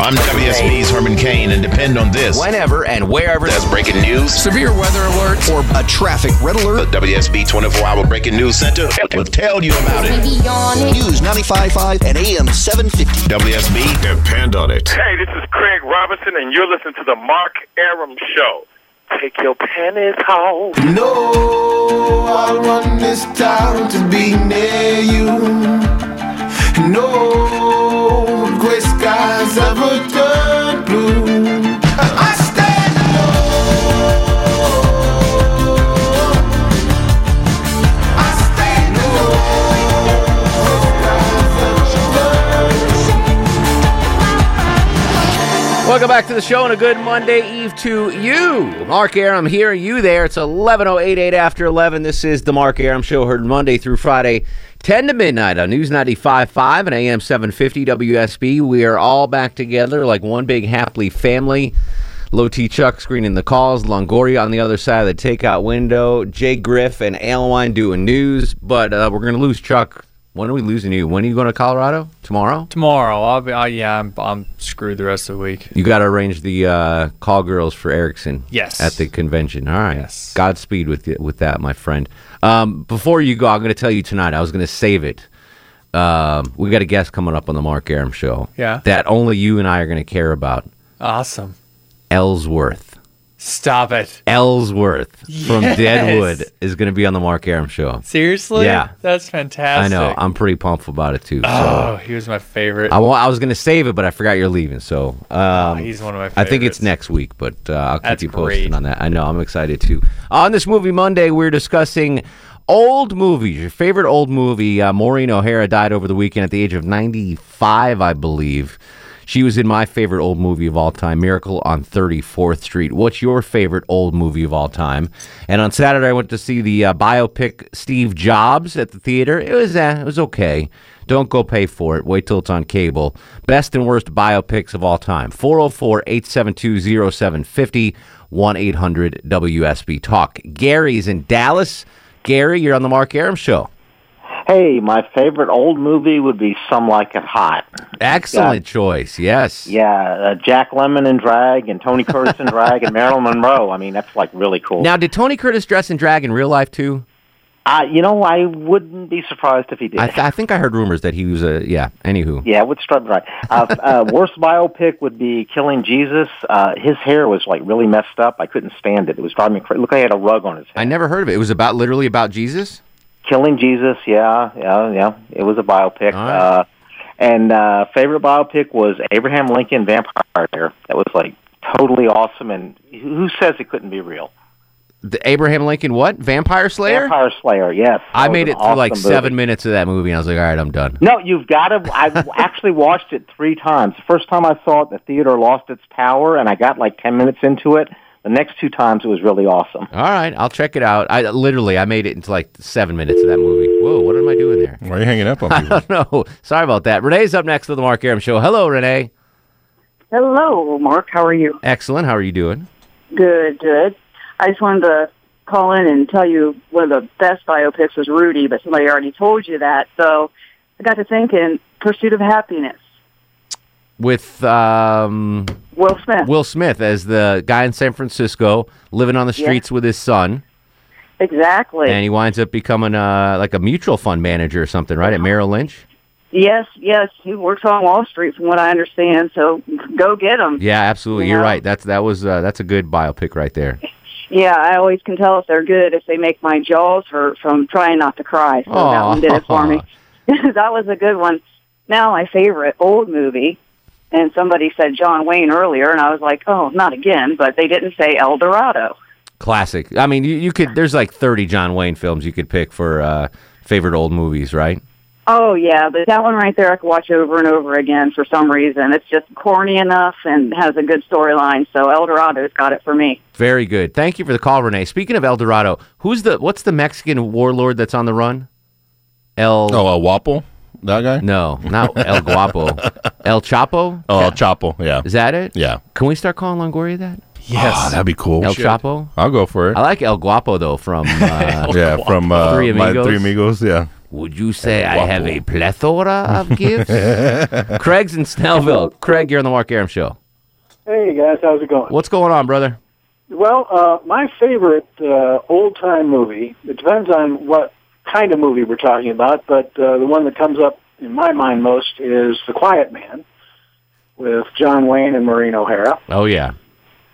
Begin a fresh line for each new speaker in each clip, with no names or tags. I'm WSB's Herman Kane, and depend on this.
Whenever and wherever.
That's breaking news.
Severe weather alert or a traffic red
The
alert.
WSB 24 Hour Breaking News Center will tell you about it.
News 95.5 and AM 750.
WSB, depend on it.
Hey, this is Craig Robinson, and you're listening to the Mark Aram Show. Take your panties home.
No, I want this town to be near you. No gray skies ever turn blue. I stand alone. I stand
Welcome back to the show and a good Monday Eve to you. Mark Aram here, you there. It's 11.088 after 11. This is the Mark Aram Show, heard Monday through Friday, 10 to midnight on News 95.5 and AM 750 WSB. We are all back together like one big happily family. Low T Chuck screening the calls, Longoria on the other side of the takeout window, Jay Griff and Alewine doing news. But uh, we're going to lose Chuck. When are we losing you? When are you going to Colorado? Tomorrow?
Tomorrow, I'll be. I, yeah, I'm, I'm screwed the rest of the week.
You got to arrange the uh, call girls for Erickson.
Yes.
At the convention. All right.
Yes.
Godspeed with y- with that, my friend. Um, before you go, I'm going to tell you tonight. I was going to save it. Um, we got a guest coming up on the Mark Aram show.
Yeah.
That only you and I are going to care about.
Awesome.
Ellsworth.
Stop it.
Ellsworth from
Yes.
Deadwood is going to be on the Mark Aram show.
Seriously?
Yeah.
That's
I
fantastic.
know. I'm pretty pumped about it too. So
Oh, he was my favorite.
I, wa- I was going to save it, but I forgot you're leaving. So um,
He's one of my.
I
favorites.
think it's next week, but uh, I'll keep
That's
you posted
great.
on that. I know I'm excited too. On this movie Monday, we're discussing old movies. Your favorite old movie? Uh, Maureen O'Hara died over the weekend at the age of 95, I believe. She was in my favorite old movie of all time, Miracle on 34th Street. What's your favorite old movie of all time? And on Saturday, I went to see the uh, biopic Steve Jobs at the theater. It was eh, it was okay. Don't go pay for it. Wait till it's on cable. Best and worst biopics of all time. 404 872 0750 1 800 WSB Talk. Gary's in Dallas. Gary, you're on the Mark Aram Show.
Hey, my favorite old movie would be Some Like It Hot.
Excellent choice. Yes.
Yeah, uh, Jack Lemmon and drag, and Tony Curtis and drag, and Marilyn Monroe. I mean, that's like really cool.
Now, did Tony Curtis dress in drag in real life too?
I, you know, I wouldn't be surprised if he did.
I, th- I think I heard rumors that he was a yeah. Anywho,
yeah, with Strut Drag. Uh, uh, worst biopic would be Killing Jesus. Uh, his hair was like really messed up. I couldn't stand it. It was driving me crazy. Look, I had a rug on his head.
I never heard of it. It was about literally about Jesus.
Killing Jesus, yeah, Uh, yeah, yeah. It was a biopic.
All right.
Uh, and uh, favorite biopic was Abraham Lincoln Vampire. Slayer. That was like totally awesome. And who says it couldn't be real?
The Abraham Lincoln what Vampire Slayer?
Vampire Slayer, yes.
I
That was
made
an
it through like
awesome
seven
movie.
minutes of that movie, and I was like, all right, I'm done.
No, you've got to. I actually watched it three times. The first time I saw it, the theater lost its power, and I got like ten minutes into it. The next two times, it was really awesome.
All right, I'll check it out. I literally I made it into like seven minutes of that movie. Whoa, what am I doing there?
Why are you hanging up on people?
no, sorry about that. Renee's up next to the Mark Aram Show. Hello, Renee.
Hello, Mark. How are you?
Excellent. How are you doing?
Good, good. I just wanted to call in and tell you one of the best biopics was Rudy, but somebody already told you that. So I got to thinking Pursuit of Happiness,
With um,
Will Smith.
Will Smith as the guy in San Francisco living on the
Yeah.
streets with his son,
exactly.
and he winds up becoming uh, like a mutual fund manager or something,
Uh-huh.
right? At Merrill Lynch.
yes, yes. He works on Wall Street from what I understand. So go get him.
Yeah, absolutely. You're
Yeah.
right. That's that was uh, that's a good biopic right there.
Yeah, I always can tell if they're good if they make my jaws hurt from trying not to cry. So that one did it for me. that was a good one. Now my favorite old movie, and somebody said John Wayne earlier, and I was like, oh, not again. But they didn't say El Dorado.
Classic. I mean, you, you could. There's like 30 John Wayne films you could pick for uh, favorite old movies, right?
Oh yeah, but that one right there I could watch over and over again for some reason. It's just corny enough and has a good storyline. So El Dorado's got it for me.
Very good. Thank you for the call, Renee. Speaking of El Dorado, who's the what's the Mexican warlord that's on the run? El
Oh, uh, Wapple, that guy.
no, not El Guapo, El Chapo.
Oh, El Chapo. Yeah.
Is that it?
Yeah.
Can we start calling Longoria that?
Yes. that'd be cool.
El Chapo.
I'll go for it.
I like El Guapo though. From uh,
yeah, from uh,
Three
my
Amigos.
Three Amigos. Yeah.
would you say I
Guapo.
have a plethora of gifts? Craig's in Snellville. Craig, you're on the Mark Aram show.
Hey guys, how's it going?
What's going on, brother?
Well, uh, my favorite uh, old time movie. It depends on what kind of movie we're talking about, but uh, the one that comes up in my mind most is The Quiet Man with John Wayne and Maureen O'Hara.
Oh yeah.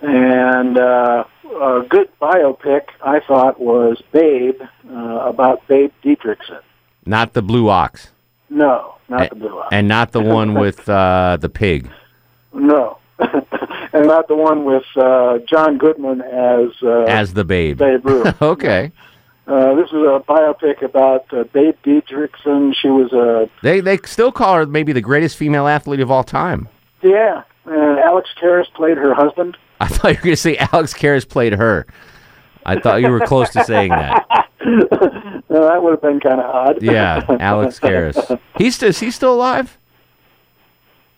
And uh, a good biopic I thought was Babe uh, about Babe Dietrichson.
Not the blue ox,
No, not the blue eye.
and not the one with uh, the pig.
no, and not the one with uh, John Goodman as uh,
As the babe.
Babe Ruth.
Okay.
Uh, this is a biopic about uh, Babe Dietrichson. She was a
They they still call her maybe the greatest female athlete of all time.
yeah. And Alex Terrace played her husband.
I thought you were going to say Alex Karras played her. I thought you were close to saying that.
Now, that would have been kind of odd.
Yeah, Alex Karras. He's st- is he still alive?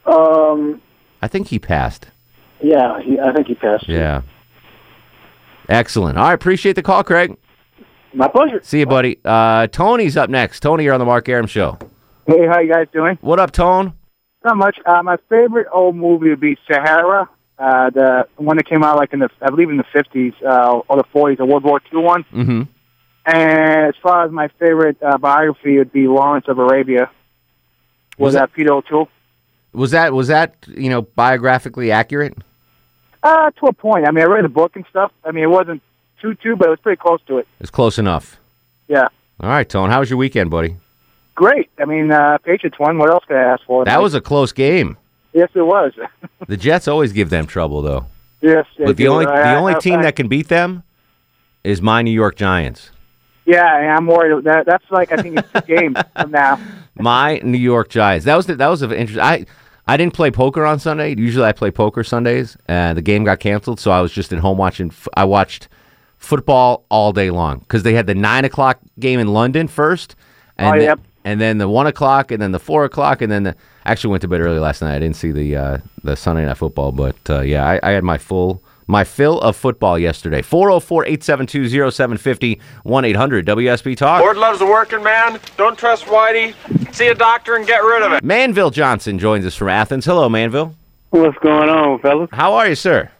um.
I think he passed.
Yeah. He, I think he passed.
Yeah. Excellent. All right, appreciate the call, Craig.
My pleasure.
See you, buddy. Uh, Tony's up next. Tony, you're on the Mark Aram show.
Hey, how you guys doing?
What up, Tone?
Not much. Uh, my favorite old movie would be Sahara, uh, the one that came out like in the I believe in the fifties uh, or the forties, the World War Two one.
Mm-hmm.
And as far as my favorite uh, biography would be Lawrence of Arabia.
Was
Was that Peter O'Toole?
Was that was that you know biographically accurate?
Uh, to a point. I mean, I read the book and stuff. I mean, it wasn't too too, but it was pretty close to it.
It's close enough.
Yeah,
All right, Tone. How was your weekend, buddy?
great. I mean, uh, Patriots won. What else could I ask for?
That was a close game.
yes, it was.
The Jets always give them trouble, though.
yes, they
But the
do.
only
I-
the
I-
only
I-
team that can beat them is my New York Giants.
yeah, and I'm worried that that's like I think it's two games from now.
My New York Giants. That was the, that was of interest. I I didn't play poker on Sunday. Usually I play poker Sundays. Uh, the game got canceled, so I was just at home watching. F- I watched football all day long because they had the nine o'clock game in London first, and
Oh,
then,
yep.
and then the one o'clock, and then the four o'clock, and then the. I actually went to bed early last night. I didn't see the uh, the Sunday night football, but uh, yeah, I, I had my full. My fill of football yesterday. 404 872 0750 1 800 WSB Talk.
Lord loves the working man. Don't trust Whitey. See a doctor and get rid of it.
Manville Johnson joins us from Athens. Hello, Manville.
What's going on, fellas?
How are you, sir?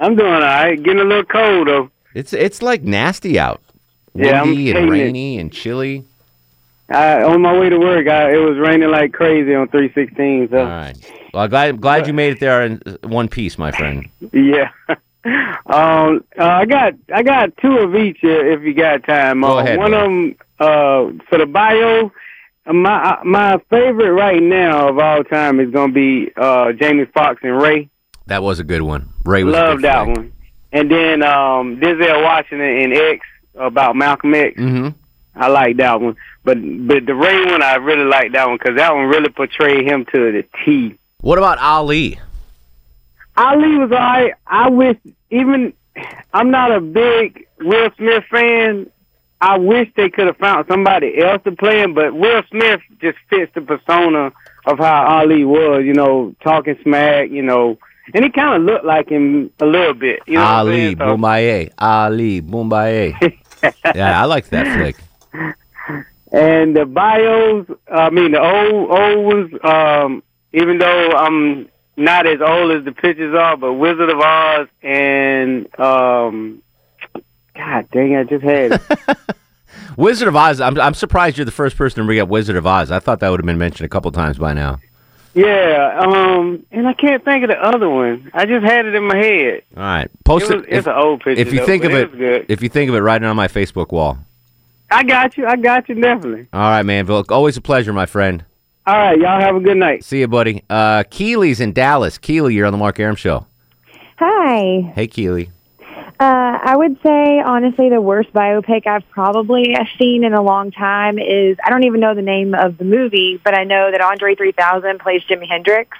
I'm doing all right. Getting a little cold though.
It's it's like nasty out.
Yeah, I'm
Windy and
hating it.
rainy and chilly.
I, on my way to work, I, it was raining like crazy on 316. So
All right. Well, glad glad you made it there in uh, one piece, my friend.
yeah, um, uh, I got I got two of each uh, if you got time.
Go
uh,
ahead,
one of them uh, for the bio. My uh, my favorite right now of all time is gonna be uh, Jamie Foxx and Ray.
That was a good one. Ray was a
Love
good
that
flick.
one. And then um, Denzel Washington and X about Malcolm X.
Mhm.
I like that one. But but the Ray one, I really like that one because that one really portrayed him to the T.
What about Ali?
Ali was all right. I wish, even, I'm not a big Will Smith fan. I wish they could have found somebody else to play him, but Will Smith just fits the persona of how Ali was, you know, talking smack, you know, and he kind of looked like him a little bit. You know what I'm
Ali
saying? So-
Boumbaye. Ali Boumbaye. yeah, I liked that flick.
And uh, the bios, I mean the old old ones. Um, even though I'm not as old as the pictures are, but Wizard of Oz and um, God dang, I just had it.
Wizard of Oz. I'm I'm surprised you're the first person to bring up Wizard of Oz. I thought that would have been mentioned a couple times by now.
yeah. Um, and I can't think of the other one. I just had it in my head.
All right. Post
It was,
it.
it's
if-
an old picture.
if you
though,
think
but
of
was good.
it, if you think of it, write it on my Facebook wall.
I got you. I got you definitely.
All right, Manville. Always a pleasure, my friend.
All right, y'all have a good night.
See you, buddy. Uh, Keely's in Dallas. Keely, you're on the Mark Aram show.
Hi.
Hey, Keely.
Uh, I would say, honestly, the worst biopic I've probably seen in a long time is I don't even know the name of the movie, but I know that Andre 3000 plays Jimi Hendrix.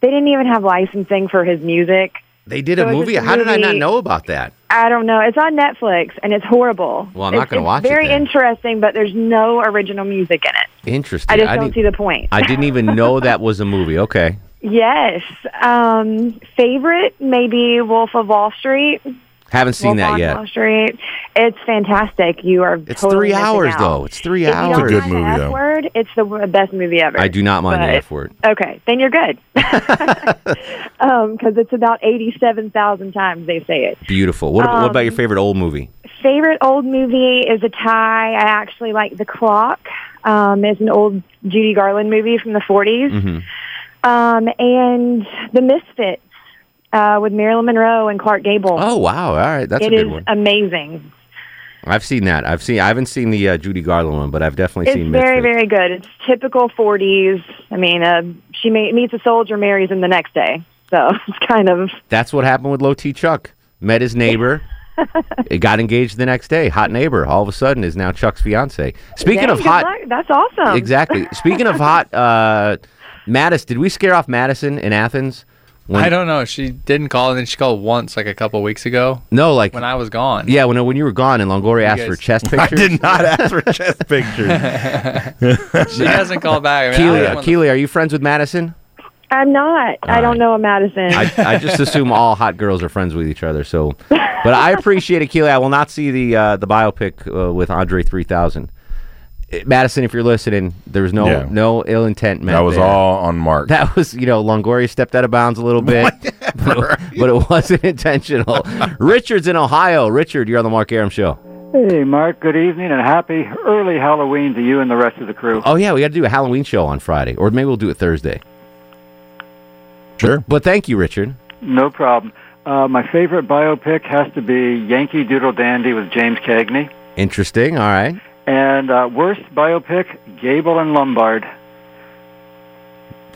They didn't even have licensing for his music.
They did
So
a
it's
movie.
just a
How did I not
movie-
know about that?
I don't know. It's on Netflix and it's horrible.
Well, I'm not
It's-
gonna
it's
watch it
Very
then.
interesting, but there's no original music in it.
Interesting.
I just don't
didn't-
see the point.
I didn't even know that was a movie. Okay.
Yes. Um, favorite maybe Wolf of Wall Street.
Haven't seen
Wolf
that
on
yet.
Wall Street. It's fantastic. You are.
It's
totally
three
missing
hours,
out.
though. It's three
If you don't
hours.
mind the F Word. It's the w- best movie ever.
I do not mind the
But-
F word.
Okay, then you're good. Because it's about eighty-seven thousand times they say it.
Beautiful. What, ab- what about your
Um,
favorite old movie?
Favorite old movie is a tie. I actually like The Clock. Um, it's an old Judy Garland movie from the 40s.
Mm-hmm.
Um, and The Misfits uh, with Marilyn Monroe and Clark Gable.
Oh wow! All right, that's
It
a good
is
one.
amazing.
I've seen that. I've seen. I haven't seen the uh, Judy Garland one, but I've definitely
It's
seen.
very,
Misfits.
very good. It's typical 40s. I mean, uh, she ma- meets a soldier, marries him the next day. So it's kind of
That's what happened with Low T Chuck. Met his neighbor. it got engaged the next day. Hot neighbor. All of a sudden is now Chuck's fiance. Speaking
Dang,
of
good
hot,
luck. That's awesome.
exactly. Speaking of hot, uh, Mattis. Did we scare off Madison in Athens? When-
I don't know. She didn't call, and then she called once, like a couple weeks ago.
No, like
when I was gone.
Yeah, when when you were gone and Longoria asked
guys-
for chest
I
pictures.
did not ask for
chest pictures.
She hasn't called back. I mean, I was
Keely,
one-
Keely, are you friends with Madison?
I'm not. I don't know a Madison.
I, I just assume all hot girls are friends with each other. So, but I appreciate it, Keely. I will not see the uh, the biopic uh, with Andre three thousand. Eh, Madison, if you're listening, there was no
Yeah.
no ill intent. meant
That was
there.
all on Mark.
That was you know Longoria stepped out of bounds a little bit, but, it, but it wasn't intentional. Richard's in Ohio. Richard, you're on the Mark Aram show.
Hey, Mark. Good evening, and happy early Halloween to you and the rest of the crew.
Oh yeah, we got to do a Halloween show on Friday, or maybe we'll do it Thursday. Sure. But, but thank you, Richard.
No problem. Uh, my favorite biopic has to be Yankee Doodle Dandy with James Cagney,
Interesting. All right.
and uh, worst biopic Gable and Lombard,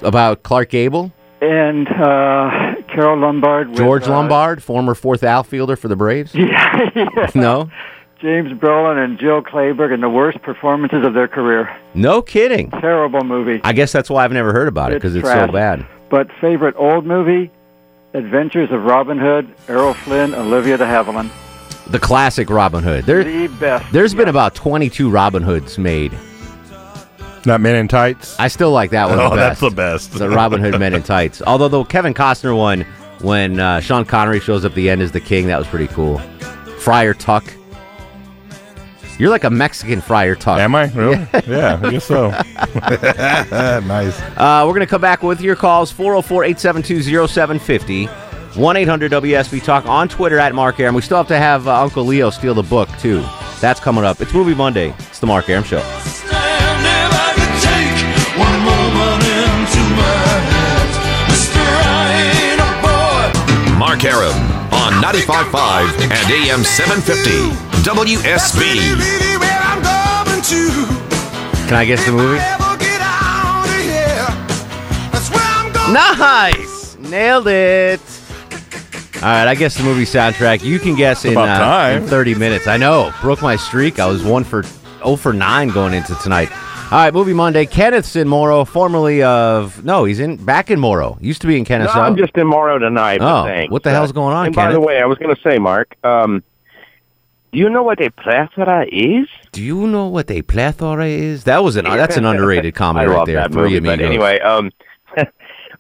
About Clark Gable.
and uh, Carol Lombard. With,
George
uh,
Lombard, former fourth outfielder for the Braves.
Yeah,
No,
James Brolin and Jill Clayburgh, and the worst performances of their career.
no kidding.
Terrible movie.
I guess that's why I've never heard about it
It's
because it's so
trash.
bad.
But favorite old movie, Adventures of Robin Hood, Errol Flynn, Olivia de Havilland.
The classic Robin Hood. There,
The best.
there's been about 22 Robin Hoods made. Not Men in Tights. I still like that one.
Oh,
the
that's
best.
the best.
The Robin Hood Men in Tights. Although the Kevin Costner one, when uh, Sean Connery shows up at the end as the king, that was pretty cool. Friar Tuck. You're like a Mexican Friar Tuck. Am I? Really?
Yeah, I guess so. nice.
Uh, we're going to come back with your calls 404 872 0750, 1 800 WSB Talk on Twitter at Mark Aram. We still have to have uh, Uncle Leo steal the book, too. That's coming up. It's Movie Monday. It's the Mark Aram Show.
One moment into my hands, Mr. I ain't a boy.
Mark Aram on 95.5 and AM 750. WSB.
I'm going to
Can I guess the movie?
out of here. That's where I'm going.
Nice! Nailed it! All right, I guess the movie soundtrack. You can guess in,
About
uh,
time.
in 30 minutes. I know. Broke my streak. I was 1 for 0 for 9 going into tonight. All right, Movie Monday. Kenneth's in Morrow, formerly of. No, he's in back in Morrow. Used to be in Kenneth's.
No, I'm just in Morrow tonight. but
Oh,
thanks.
what the hell's going on,
And by the
Kenneth?
way, I was going to say, Mark, um, do you know what a plethora is?
Do you know what a plethora is? That was an uh, that's an underrated comedy
I
right
love
there.
that
Three
movie.
amigos.
But anyway, um,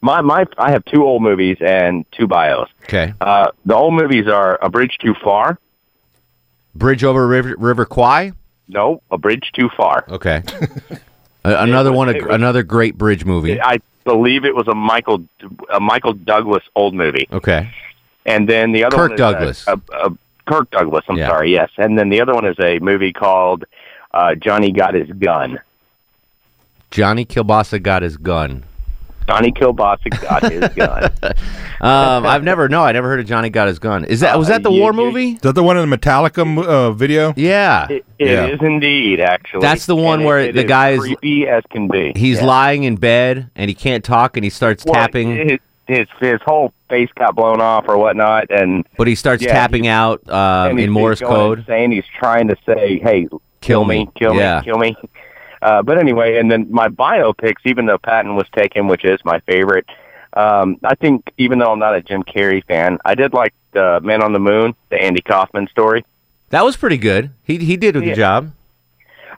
my my I have two old movies and two bios.
Okay.
Uh, the old movies are A Bridge Too Far.
Bridge over River, River Kwai.
No, A Bridge Too Far.
Okay. A- another one, a, another great bridge movie.
I believe it was a Michael a Michael Douglas old movie.
Okay.
And then the other
Kirk
one is
Douglas.
A, a, a Kirk Douglas. I'm sorry. Yes. And then the other one is a movie called uh, Johnny Got His Gun.
Johnny Kilbasa got his gun.
Johnny Kilbasa got his gun.
Um, I've never no, I never heard of Johnny got his gun. Is that was that the
Uh, you-
war
you-
movie?
Is that the one in the Metallica mo- uh, video?
Yeah.
It it is indeed, actually.
That's the one
And it-
where
it
the
is
guy is-
creepy as can be.
He's
Yeah.
lying in bed and he can't talk and he starts
Well,
tapping.
His, his his whole face got blown off or whatnot, and
But he starts
Yeah,
tapping out uh,
and he's-
in
he's
Morse
going
code.
Insane. He's trying to say, "Hey, kill, me,
me.
kill
Yeah.
me, kill me." Uh, but anyway, and then my biopics, even though Patton was taken, which is my favorite, um, I think even though I'm not a Jim Carrey fan, I did like the Man on the Moon, the Andy Kaufman story.
That was pretty good. He he did a good
Yeah.
job.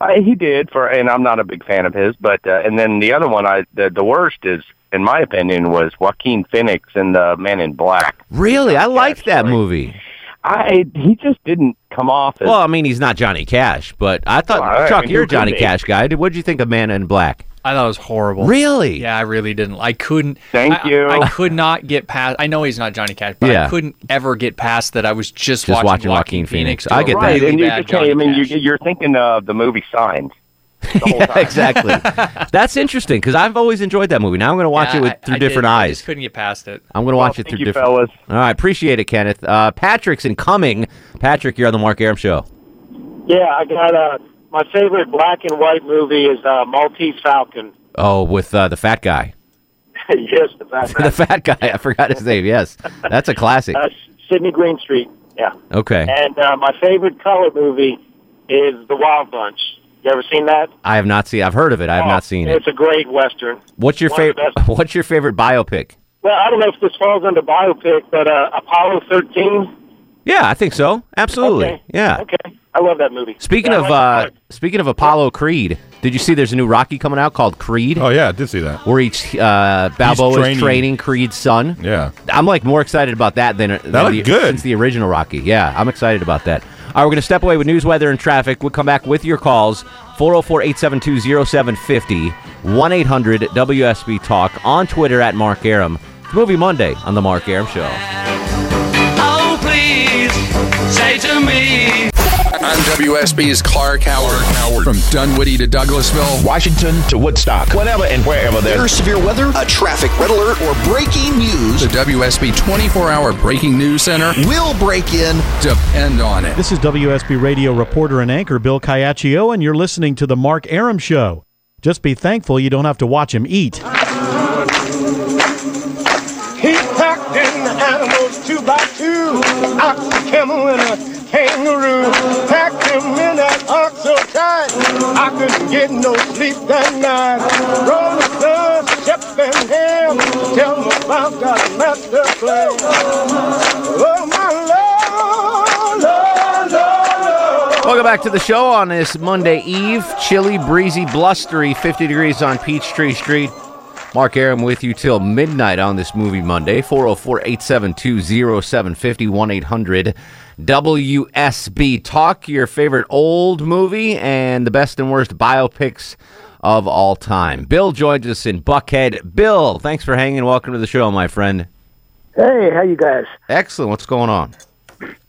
I, he did for, and I'm not a big fan of his, but uh, and then the other one, I the, the worst is, in my opinion, was Joaquin Phoenix in the Man in Black.
Really, I liked that movie.
I he just didn't come off as
Well, I mean, he's not Johnny Cash, but I thought
Well, I
Chuck,
mean,
you're
who
a
could
Johnny
be?
Cash guy. Did- What'd you think of Man in Black?
I thought it was horrible.
Really?
Yeah, I really didn't. I couldn't.
Thank
I,
you.
I could not get past. I know he's not Johnny Cash, but
Yeah.
I couldn't ever get past that. I was just,
Just watching Joaquin Phoenix.
do
I
a
get that.
right,
really
and you
bad
just can't. I mean, you, you're thinking of the movie Signs.
Yeah, exactly. That's interesting because I've always enjoyed that movie. Now I'm going to watch
Yeah,
it with
I-
through
I
different
didn't- I
eyes.
just couldn't get past it.
I'm going to watch it through
you,
different.
fellas.
All right, appreciate it, Kenneth. Uh, Patrick's in coming. Patrick, you're on the Mark Aram show.
Yeah, I got uh, my favorite black and white movie is uh, Maltese Falcon.
Oh, with uh, the fat guy.
yes, the fact
the fat guy. I forgot his name. Yes, that's a classic.
Uh, Sydney Greenstreet. Yeah.
Okay.
And uh, my favorite color movie is The Wild Bunch. You ever seen that?
I have not seen. I've heard of it. I have not seen it.
Oh, It's a great western.
What's your
one of the
favorite? What's your favorite biopic?
Well, I don't know if this falls under biopic, but uh, Apollo 13.
Yeah, I think so. Absolutely.
Okay.
Yeah.
Okay. I love that movie.
Speaking
Yeah,
of
I like
uh, speaking of Apollo Creed, did you see there's a new Rocky coming out called Creed? Oh yeah, I did see that. Where each uh, Balboa
training.
is training Creed's son. Yeah, I'm like more excited about that than, than
looked
the,
good.
since the original Rocky. Yeah, I'm excited about that. All right, we're gonna step away with news, weather, and traffic. We'll come back with your calls 404-872-0750, 1-800-WSB Talk on Twitter at Mark Aram. It's Movie Monday on the Mark Aram Show.
Oh, please say to me.
I'm WSB's Clark Howard. Howard. From Dunwoody to Douglasville, Washington to Woodstock, whatever and wherever
Better severe weather, a traffic red alert, or breaking news.
The WSB 24 hour breaking news center will break in. Depend on it.
This is WSB Radio reporter and anchor Bill Caiaccio, and you're listening to The Mark Aram Show. Just be thankful you don't have to watch him eat.
He packed in the animals two by two. Ox, a camel, and a kangaroo. Packed him in that ox so tight, I couldn't get no sleep that night. Roll the sun, ship and ham. Tell me about that master plan. Oh, my love, love, love, love.
Welcome back to the show on this Monday Eve. Chilly, breezy, blustery, 50 degrees on Peachtree Street. Mark Aram with you till midnight on this movie Monday. 404 872 0750 800 WSB. Talk your favorite old movie and the best and worst biopics of all time. Bill joins us in Buckhead. Bill, thanks for hanging. Welcome to the show, my friend.
Hey, how you guys?
Excellent. What's going on?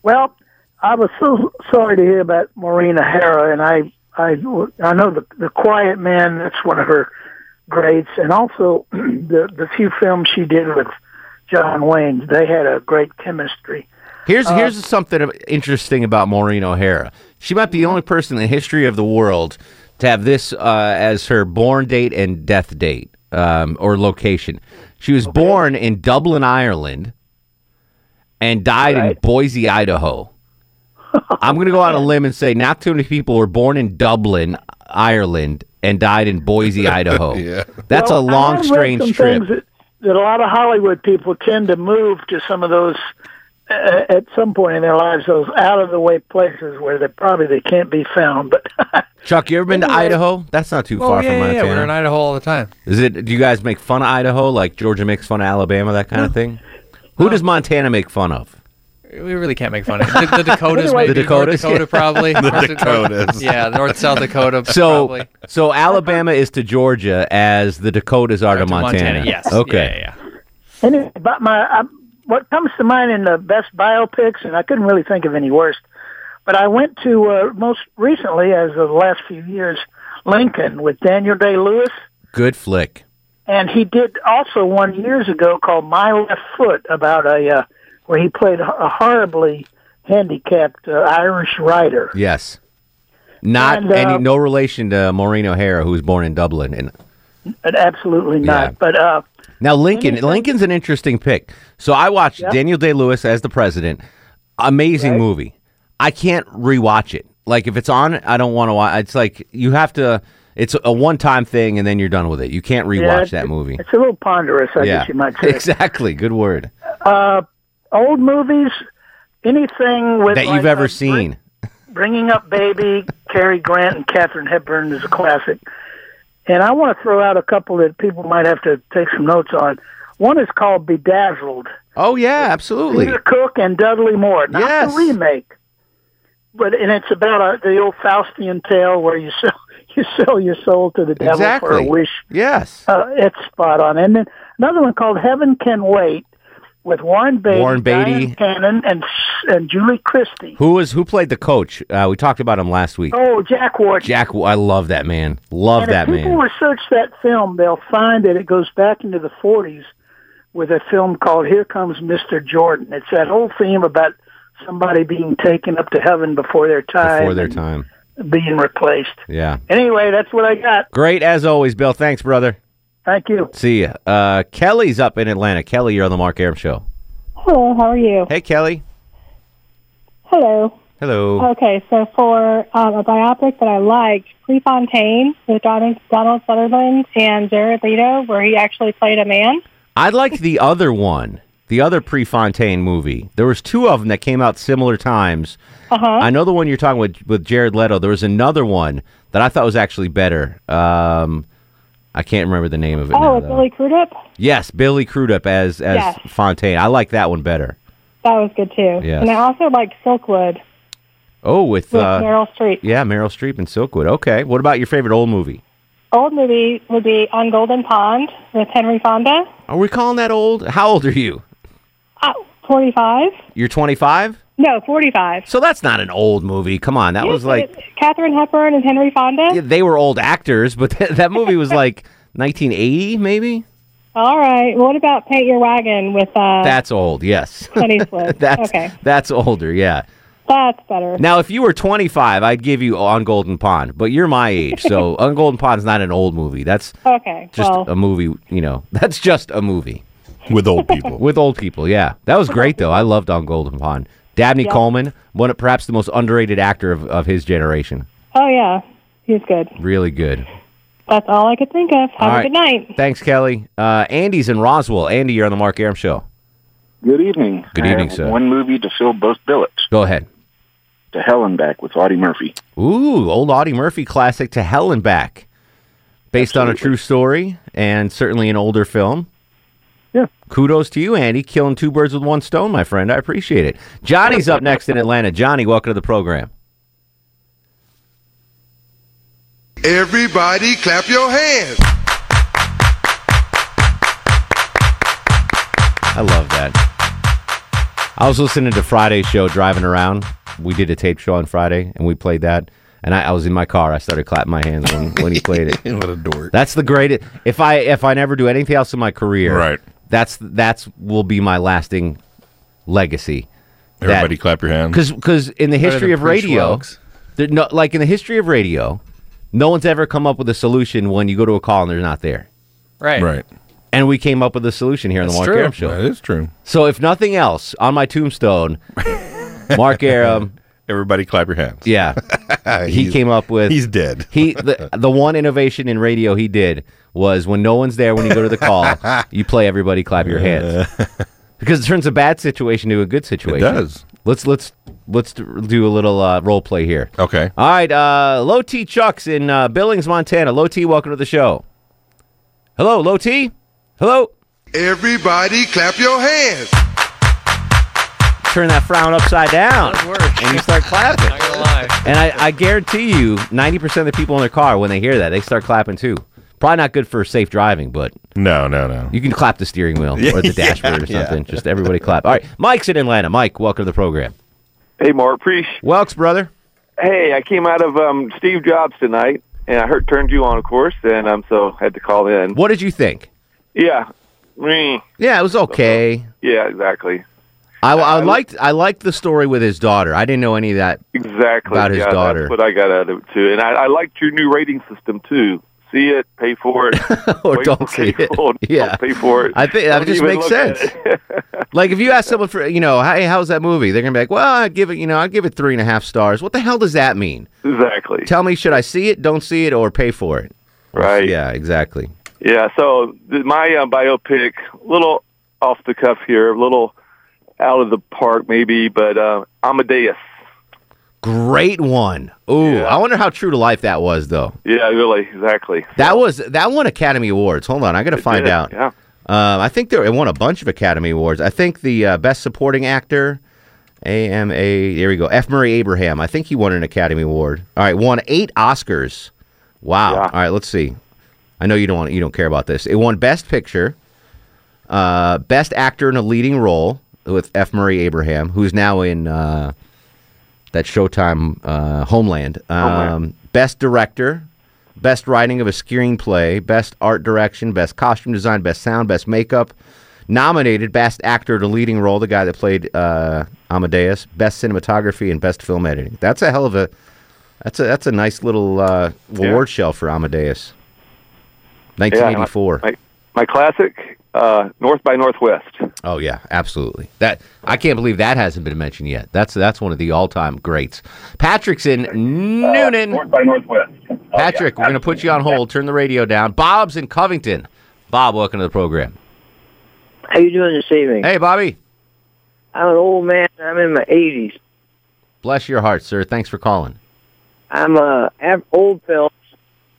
Well, I was so sorry to hear about Maureen O'Hara, and I, I, I know the the Quiet Man. That's one of her greats, and also the the few films she did with John Wayne. They had a great chemistry.
Here's
Uh,
here's something interesting about Maureen O'Hara. She might be the only person in the history of the world to have this uh, as her born date and death date um, or location. She was born in Dublin, Ireland, and died in Boise, Idaho. I'm going to go out on a limb and say not too many people were born in Dublin, Ireland, and died in Boise, Idaho. yeah. That's
Well,
a long,
I read
strange
some
trip.
things That, that a lot of Hollywood people tend to move to some of those uh, at some point in their lives, those out of the way places where they probably they can't be found. But
Chuck, you ever been to Idaho? That's not too
Oh,
far
yeah,
from
yeah, yeah,
Montana.
we're in
Idaho all the time.
Is it? Do you guys make fun of Idaho like Georgia makes fun of Alabama, that kind of thing? Who does Montana make fun of?
We really can't make fun of it. The, the Dakotas,
Anyway-
maybe.
The Dakotas,
North Dakota,
yeah.
probably.
The
North North-
Dakotas.
yeah, North South Dakota,
So,
probably.
so Alabama is to Georgia as the Dakotas are to Montana.
Montana, yes.
Okay.
Yeah,
Anyway, but my I, what comes to mind in the best biopics, and I couldn't really think of any worse. But I went to uh, most recently, as of the last few years, Lincoln with Daniel Day Lewis,
Good flick.
and he did also one years ago called My Left Foot about a uh, where he played a horribly handicapped uh, Irish writer.
Yes. Not
And, uh,
any no relation to Maureen O'Hara, who was born in Dublin, and
And absolutely not. But uh,
Now Lincoln, Lincoln's an interesting pick. So I watched Daniel Day Lewis as the president. Amazing movie. I can't rewatch it. Like if it's on, I don't want to watch. It's like you have to. It's a one-time thing, and then you're done with it. You can't rewatch
Yeah,
that movie.
It's a little ponderous, I
yeah,
guess you might say.
exactly. Good word
Uh, old movies, anything with
that
like,
you've ever seen.
Bringing Up Baby, Cary Grant and Katherine Hepburn is a classic. And I want to throw out a couple that people might have to take some notes on. One is called Bedazzled.
Oh yeah, absolutely.
Peter Cook and Dudley Moore. Not
Yes.
the remake, but and it's about a, the old Faustian tale where you sell you sell your soul to the devil for a
Exactly.
wish.
Yes,
uh, it's spot on. And then another one called Heaven Can Wait with Warren Beatty,
Warren Beatty.
Diane Cannon, and and Julie Christie.
Who was who played the coach? Uh, we talked about him last week.
Oh, Jack Ward.
Jack, I love that man. Love
and
that
if people
man.
research that film, they'll find that it goes back into the 40s with a film called Here Comes Mr. Jordan. It's that whole theme about somebody being taken up to heaven before their time,
Before their time.
and being replaced.
Yeah.
Anyway, that's what I got.
Great as always, Bill. Thanks, brother.
Thank you.
See ya. Uh, Kelly's up in Atlanta. Kelly, you're on the Mark Aram Show.
Hello, how are you?
Hey, Kelly.
Hello.
Hello.
Okay, so for um, a biopic that I liked, Prefontaine with Donald, Donald Sutherland and Jared Leto, where he actually played a man.
I liked the other one, the other Prefontaine movie. There was two of them that came out similar times.
Uh-huh.
I know the one you're talking with with Jared Leto. There was another one that I thought was actually better. Um, I can't remember the name of it. now,
oh, with
though.
Billy Crudup?
Yes, Billy Crudup as as
Yes.
Fontaine. I like that one better.
That was good too.
Yes.
And I also liked Silkwood
Oh, with,
with
uh,
Meryl Streep.
yeah, Meryl Streep and Silkwood. Okay, what about your favorite old movie?
Old movie would be On Golden Pond with Henry Fonda.
Are we calling that old? How old are you?
Oh, 45?
You're 25.
No, 45.
So that's not an old movie. Come on, that was like
Catherine Hepburn and Henry Fonda?
yeah, they were old actors, but that, that movie was like 1980, maybe.
All right. What about Paint Your Wagon with uh,
that's old. Yes,
Clint Eastwood?
that's
okay.
that's older. Yeah.
That's better.
Now, if you were 25, I'd give you On Golden Pond, but you're my age, so On Golden Pond's not an old movie. That's
Okay.
just um,
well,
a movie, you know. That's just a movie with old people. with old people, yeah. That was great though. I loved on Golden Pond. Dabney
Yeah.
Coleman, one of perhaps the most underrated actor of, of his generation.
oh yeah, he's good.
Really good.
That's all I could think of. Have
All
a
right.
good night.
Thanks, Kelly. Uh, Andy's in Roswell. Andy, you're on the Mark Aram Show.
Good evening.
Good
I
evening,
have
sir.
One movie to fill both billets.
Go ahead.
To Hell and Back with Audie Murphy.
Ooh, old Audie Murphy classic to Hell and Back, based on a true story and certainly an older film.
Yeah.
Kudos to you, Andy, killing two birds with one stone, my friend. I appreciate it. Johnny's up next in Atlanta. Johnny, welcome to the program.
Everybody clap your hands.
I love that. I was listening to Friday's show driving around. We did a tape show on Friday, and we played that. And I, I was in my car. I started clapping my hands when, when he played it. what a dork! That's the greatest. If I if I never do anything else in my career, right? That's that's will be my lasting legacy.
Everybody clap your hands.
Because because in the
Better
history
than
of
Prince
radio,
Rocks.
there, no, like in the history of radio, no one's ever come up with a solution when you go to a call and they're not there.
Right.
Right. And we came up with a solution here
That's
on the Mark
true.
Aram show.
That is true.
So if nothing else, on my tombstone, Mark Aram.
Everybody clap your hands.
Yeah. he
He's-
came up with
he's dead.
he the, the one innovation in radio he did was when no one's there when you go to the call, you play everybody clap your hands. Because it turns a bad situation to a good situation.
does.
Let's let's let's do a little uh, role play here.
Okay.
All right, uh, Low T Chucks in uh, Billings, Montana. Low T, welcome to the show. Hello, Low T. Hello.
Everybody clap your hands.
Turn that frown upside down, and you start clapping.
Not gonna lie.
And I, I guarantee you, 90% of the people in their car, when they hear that, they start clapping too. Probably not good for safe driving, but.
No, no, no.
You can clap the steering wheel or the
Yeah,
dashboard or
yeah.
something. Just everybody clap. All right. Mike's in Atlanta. Mike, welcome to the program.
Hey, Mark, Preach.
Welks, brother.
Hey, I came out of um, Steve Jobs tonight, and I heard turned you on, of course, and um, so had to call in.
What did you think?
Yeah, me.
Yeah, it was okay.
Yeah, exactly,
I, I liked I liked the story with his daughter. I didn't know any of that
exactly.
about his
yeah,
daughter.
That's what I got out of it too, and I, I liked your new rating system too. see it, pay for it,
or
Wait
don't see it. Yeah,
pay for it.
I think that
Don't
just
even
makes
look at
sense. like if you ask someone for, you know, hey, how's that movie? They're gonna be like, well, I give it, you know, I give it three and a half stars. What the hell does that mean?
Exactly.
Tell me, should I see it, don't see it, or pay for it?
Right.
Yeah. Exactly.
Yeah, so th- my uh, biopic, little off the cuff here, a little out of the park maybe, but uh, Amadeus.
Great one. Ooh, I wonder how true to life that was, though.
Yeah, really, exactly.
That was that won Academy Awards. Hold on, I gotta find
did,
out.
yeah.
Um, I think there it won a bunch of Academy Awards. I think the uh, best supporting actor, AMA. There we go. F. Murray Abraham. I think he won an Academy Award. All right, won eight Oscars. Wow. All right, let's see. I know you don't want, you don't care about this. It won Best Picture, uh, Best Actor in a Leading Role with F. Murray Abraham, who's now in uh, that Showtime uh, Homeland. Um, Best Director, Best Writing of a Screenplay, Best Art Direction, Best Costume Design, Best Sound, Best Makeup. Nominated Best Actor to Leading Role, the guy that played uh, Amadeus. Best Cinematography and Best Film Editing. That's a hell of a. That's a that's a nice little uh, award shelf for Amadeus.
Yeah,
1984.
my, my classic, uh, North by Northwest.
Oh yeah, absolutely. That I can't believe that hasn't been mentioned yet. That's that's one of the all-time greats. Patrick's in Noonan. Uh, North by Northwest. Oh, Patrick, we're going to put you on hold. Turn the radio down. Bob's in Covington. Bob, welcome to the program.
How you doing this evening?
Hey, Bobby.
I'm an old man. I'm in my 80s.
Bless your heart, sir. Thanks for calling.
I'm a af- old film,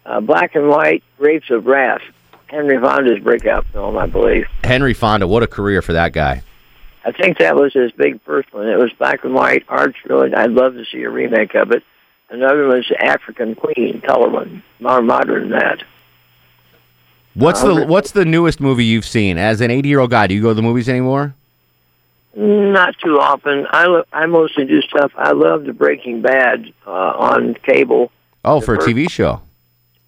uh, black and white, Grapes of Wrath, Henry Fonda's breakout film, I believe.
Henry Fonda, what a career for that guy.
I think that was his big first one. It was black and white, art really. I'd love to see a remake of it. Another was African Queen, color one, more modern than that.
What's the
Um,
what's the newest movie you've seen? As an 80-year-old guy, do you go to the movies anymore?
Not too often. I lo- I mostly do stuff. I love the Breaking Bad uh, on cable.
Oh, for a TV show.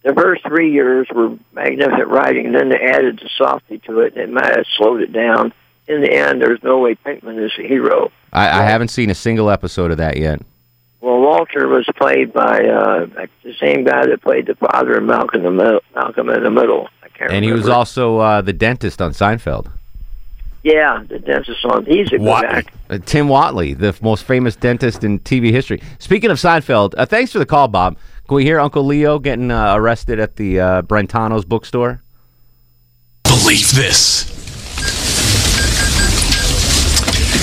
the first three years were magnificent writing, and then they added the softy to it, and it might have slowed it down. In the end, there's no way Pinkman is a hero.
I, I haven't seen a single episode of that yet.
Well, Walter was played by uh, the same guy that played the father in Malcolm in the Middle. Malcolm in the Middle. I can't
And he was
remember.
also uh, the dentist on Seinfeld.
yeah, the dentist on. He's a good actor.
Uh, Tim Watley, the f- most famous dentist in TV history. Speaking of Seinfeld, uh, thanks for the call, Bob. Can we hear Uncle Leo getting uh, arrested at the uh, Brentano's bookstore?
Believe this.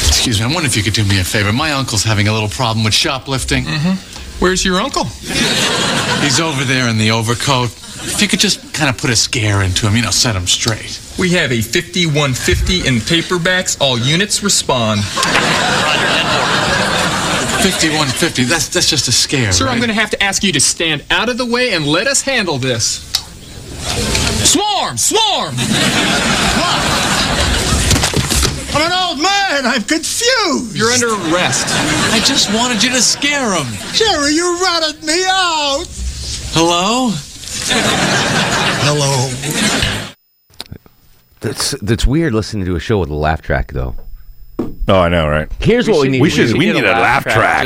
Excuse me, I wonder if you could do me a favor. My uncle's having a little problem with shoplifting. Mm-hmm. Where's your uncle? He's over there in the overcoat. If you could just kind of put a scare into him, you know, set him straight.
We have a 5150 in paperbacks. All units respond.
5150, that's, that's just a scare.
Sir, I'm
right?
going to have to ask you to stand out of the way and let us handle this. Swarm! Swarm!
I'm an old man. I'm confused. You're under arrest. I just wanted you to scare him. Jerry, you ratted me out. Hello? Hello.
That's that's weird listening to a show with a laugh track though.
Oh, I know, right?
Here's what we need.
Just,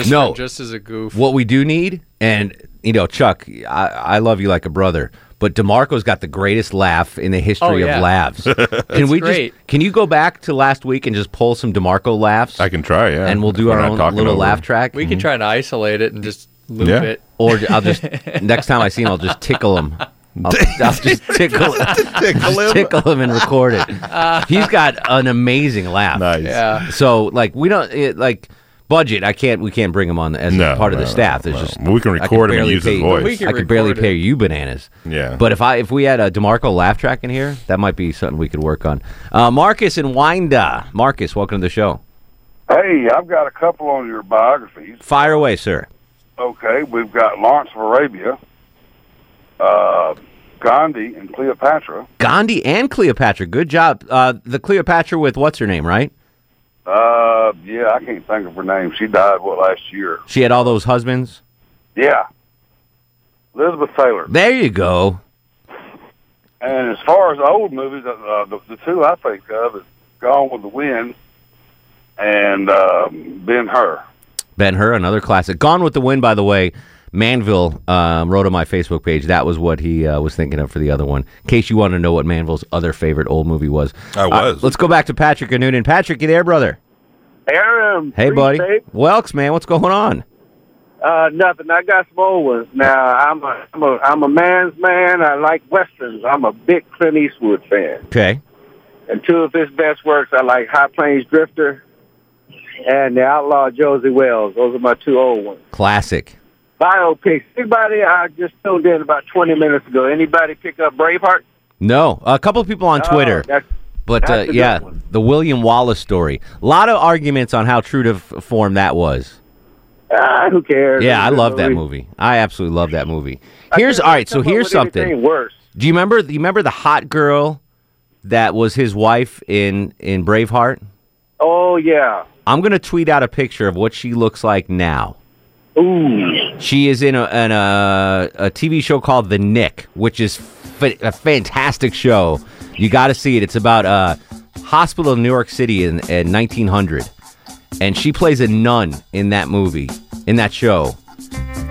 no,
just as a goof.
What we do need, and you know, Chuck, I, I love you like a brother, but Demarco's got the greatest laugh in the history
Oh, yeah.
of laughs. can
It's
we
great.
just? Can you go back to last week and just pull some Demarco laughs? I
can try, yeah.
And we'll do
We're
our
not
own
talking
little
over
laugh
it.
track.
We can try to isolate it and just loop it.
Or I'll just next time I see him, I'll just tickle him. I'll, I'll just tickle,
Tickle
just
him.
tickle him and record it. He's got an amazing laugh. Nice.
Yeah.
So like we don't it, like budget. I can't. We can't bring him on as part of the staff. There's just
We can
I could
record him and
barely
use his
pay-
voice. We can
I could barely
record
pay you bananas.
Yeah.
But if I if we had a Demarco laugh track in here, that might be something we could work on. Uh, Marcus and Winda. Marcus, welcome to the show.
Uh, Hey, I've got a couple on your biographies.
Fire away, sir.
Okay, we've got Lawrence of Arabia, uh, Gandhi, and Cleopatra.
Gandhi and Cleopatra. Good job. Uh, the Cleopatra with what's her name, right?
Uh, yeah, I can't think of her name. She died what last year?
She had all those husbands.
Yeah, Elizabeth Taylor.
There you go.
And as far as old movies, uh, the, the two I think of is Gone with the Wind and um, Ben Hur.
Ben Hur, another classic. Gone with the Wind, by the way, Manville um, wrote on my Facebook page. That was what he uh, was thinking of for the other one. In case you want to know what Manville's other favorite old movie was,
I
Uh,
was.
let's go back to Patrick and Noonan. Patrick, you there, brother?
Aaron.
Hey,
free
buddy.
tape.
Welks, man, what's going on?
Uh, nothing. I got some old ones. Now I'm a I'm a I'm a man's man. I like westerns. I'm a big Clint Eastwood fan.
Okay.
And two of his best works I like High Plains Drifter and The Outlaw Josie Wells. Those are my two old ones.
Classic.
Biopics. Anybody I just tuned in about twenty minutes ago. Anybody pick up Braveheart?
No, a couple of people on
Oh,
Twitter.
that's-
but
that's a
uh,
good
yeah, the William Wallace story. A lot of arguments on how true to f- form that was.
Ah, who cares?
Yeah, I
It's a
love that
movie.
movie. I absolutely love that movie. Here's all right. So here's
with anything
something.
worse.
Do you remember? Do you remember the hot girl that was his wife in in Braveheart?
Oh yeah.
I'm gonna tweet out a picture of what she looks like now.
Ooh.
She is in a in a, a TV show called The Nick, which is fa- a fantastic show. You got to see it. It's about a hospital in New York City in, in 1900, and she plays a nun in that movie, in that show.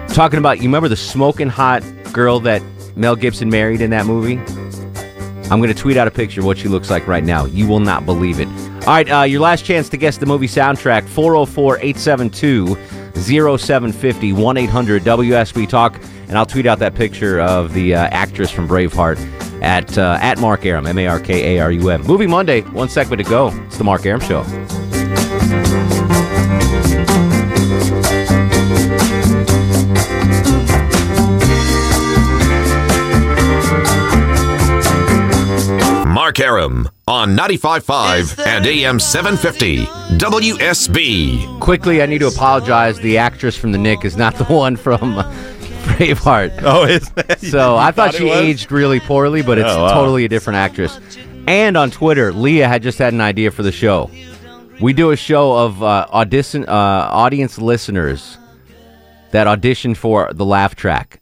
Talking about, you remember the smoking hot girl that Mel Gibson married in that movie? I'm going to tweet out a picture of what she looks like right now. You will not believe it. All right, uh, your last chance to guess the movie soundtrack 404 872 0750 1 800 WSB Talk. And I'll tweet out that picture of the uh, actress from Braveheart at uh, at Mark Aram, M A R K A R U M. Movie Monday, one segment to go. It's the Mark Aram Show.
Mark Aram on 95.5 and AM 750 WSB.
Quickly, I need to apologize. The actress from The Nick is not the one from uh, Braveheart.
Oh, is that?
So
You
I thought,
thought it
she
was?
aged really poorly, but it's
Oh, wow.
totally a different actress. And on Twitter, Leah had just had an idea for the show. We do a show of uh, audition uh, audience listeners that audition for the laugh track.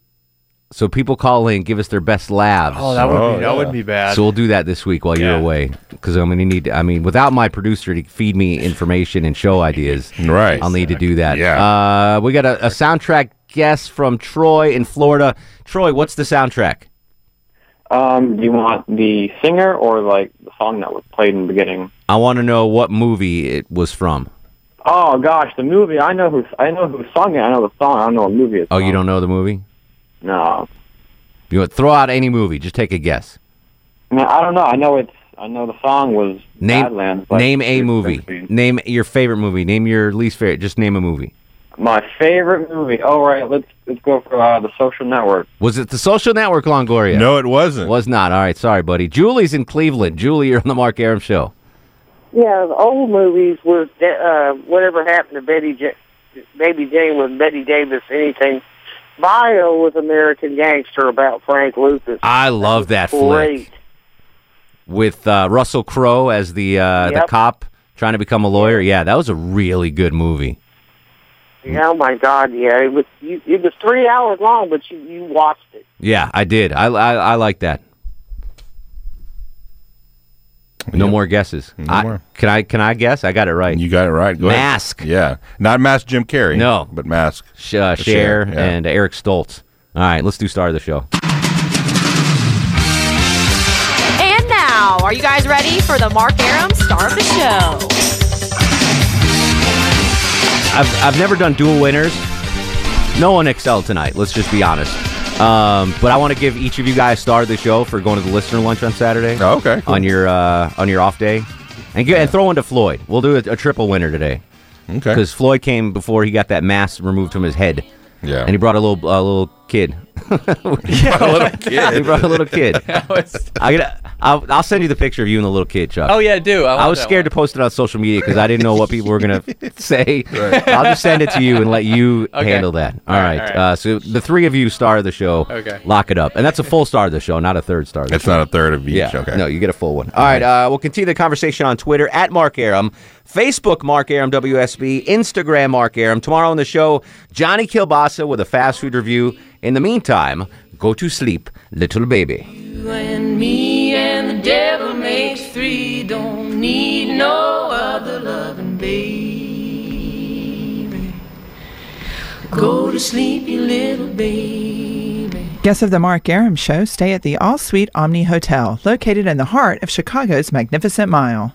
So people call in, give us their best laughs.
Oh, that would be- Oh, that yeah. would be bad.
So we'll do that this week while you're away, because I'm gonna need. I mean, without my producer to feed me information and show ideas, right? I'll need to do that. Yeah. Uh, we got a, a soundtrack guess from Troy in Florida. Troy, what's the soundtrack?
Um, do you want the singer or like the song that was played in the beginning?
I want to know what movie it was from.
Oh gosh, the movie. I know who I know who sung it. I know the song. I don't know what movie it's.
Oh, you don't know the movie?
No,
You know, throw out any movie. Just take a guess.
I, mean, I don't know. I know it's. I know the song was
Name
Badlands. But
name a movie. Name your favorite movie. Name your least favorite. Just name a movie.
my favorite movie. All right, let's let's go for uh, the Social Network.
Was it The Social Network, Longoria? No, it wasn't. Was not. All right, sorry, buddy. Julie's in Cleveland. Julie, you're on the Mark Aram show.
Yeah, the old movies was uh, whatever happened to Betty, J- Baby Jane with Betty Davis, anything. Bio was American Gangster about Frank Lucas.
I love that flick
Great.
with uh, Russell Crowe as the uh, the
Yep.
cop trying to become a lawyer. Yeah, that was a really good movie.
Yeah, oh my God, yeah, it was. You, it was three hours long, but you you watched it.
Yeah, I did. I I, I like that. No more guesses. I- Can I can I guess? I got it right.
You got it right. Go
Mask.
Ahead. Yeah. Not Mask Jim Carrey. No. But Mask.
Sh- uh, Cher
yeah.
and Eric Stoltz. All right, let's do star of the show.
And now, are you guys ready for the Mark Aram star of the show?
I've, I've never done dual winners. No one excelled tonight. Let's just be honest. Um, but I want to give each of you guys star of the show for going to the listener lunch on Saturday.
Oh, okay, cool.
On your uh, on your off day, and get, and throw one to Floyd. We'll do a, a triple winner today. Okay. Because Floyd came before he got that mask removed from his head. Yeah. And he brought a little a little kid.
a little kid.
he brought a little kid. I gotta, I'll, I'll send you the picture of you and the little kid, Chuck.
Oh, yeah, do. I
I,
want
was
that
scared to post it on social media because I didn't know what people were gonna say.
Right.
I'll just send it to you and let you
Okay.
handle that.
All
all
right,
right.
all right.
Uh, so the three of you star of the show.
Okay.
Lock it up, and that's a full star of the show, not a third star. It's
not a third of each.
Yeah.
Okay.
No, you get a full one. All right. Uh, we'll continue the conversation on Twitter at Mark Aram, Facebook Mark Aram WSB, Instagram Mark Aram. Tomorrow on the show, Johnny Kilbasa with a fast food review. In the meantime, go to sleep, little baby.
You and me and the devil makes three. Don't need no other loving, baby. Go
to sleep, you little baby.
Guests of the Mark Aram Show stay at the All Suite Omni Hotel, located in the heart of Chicago's Magnificent Mile.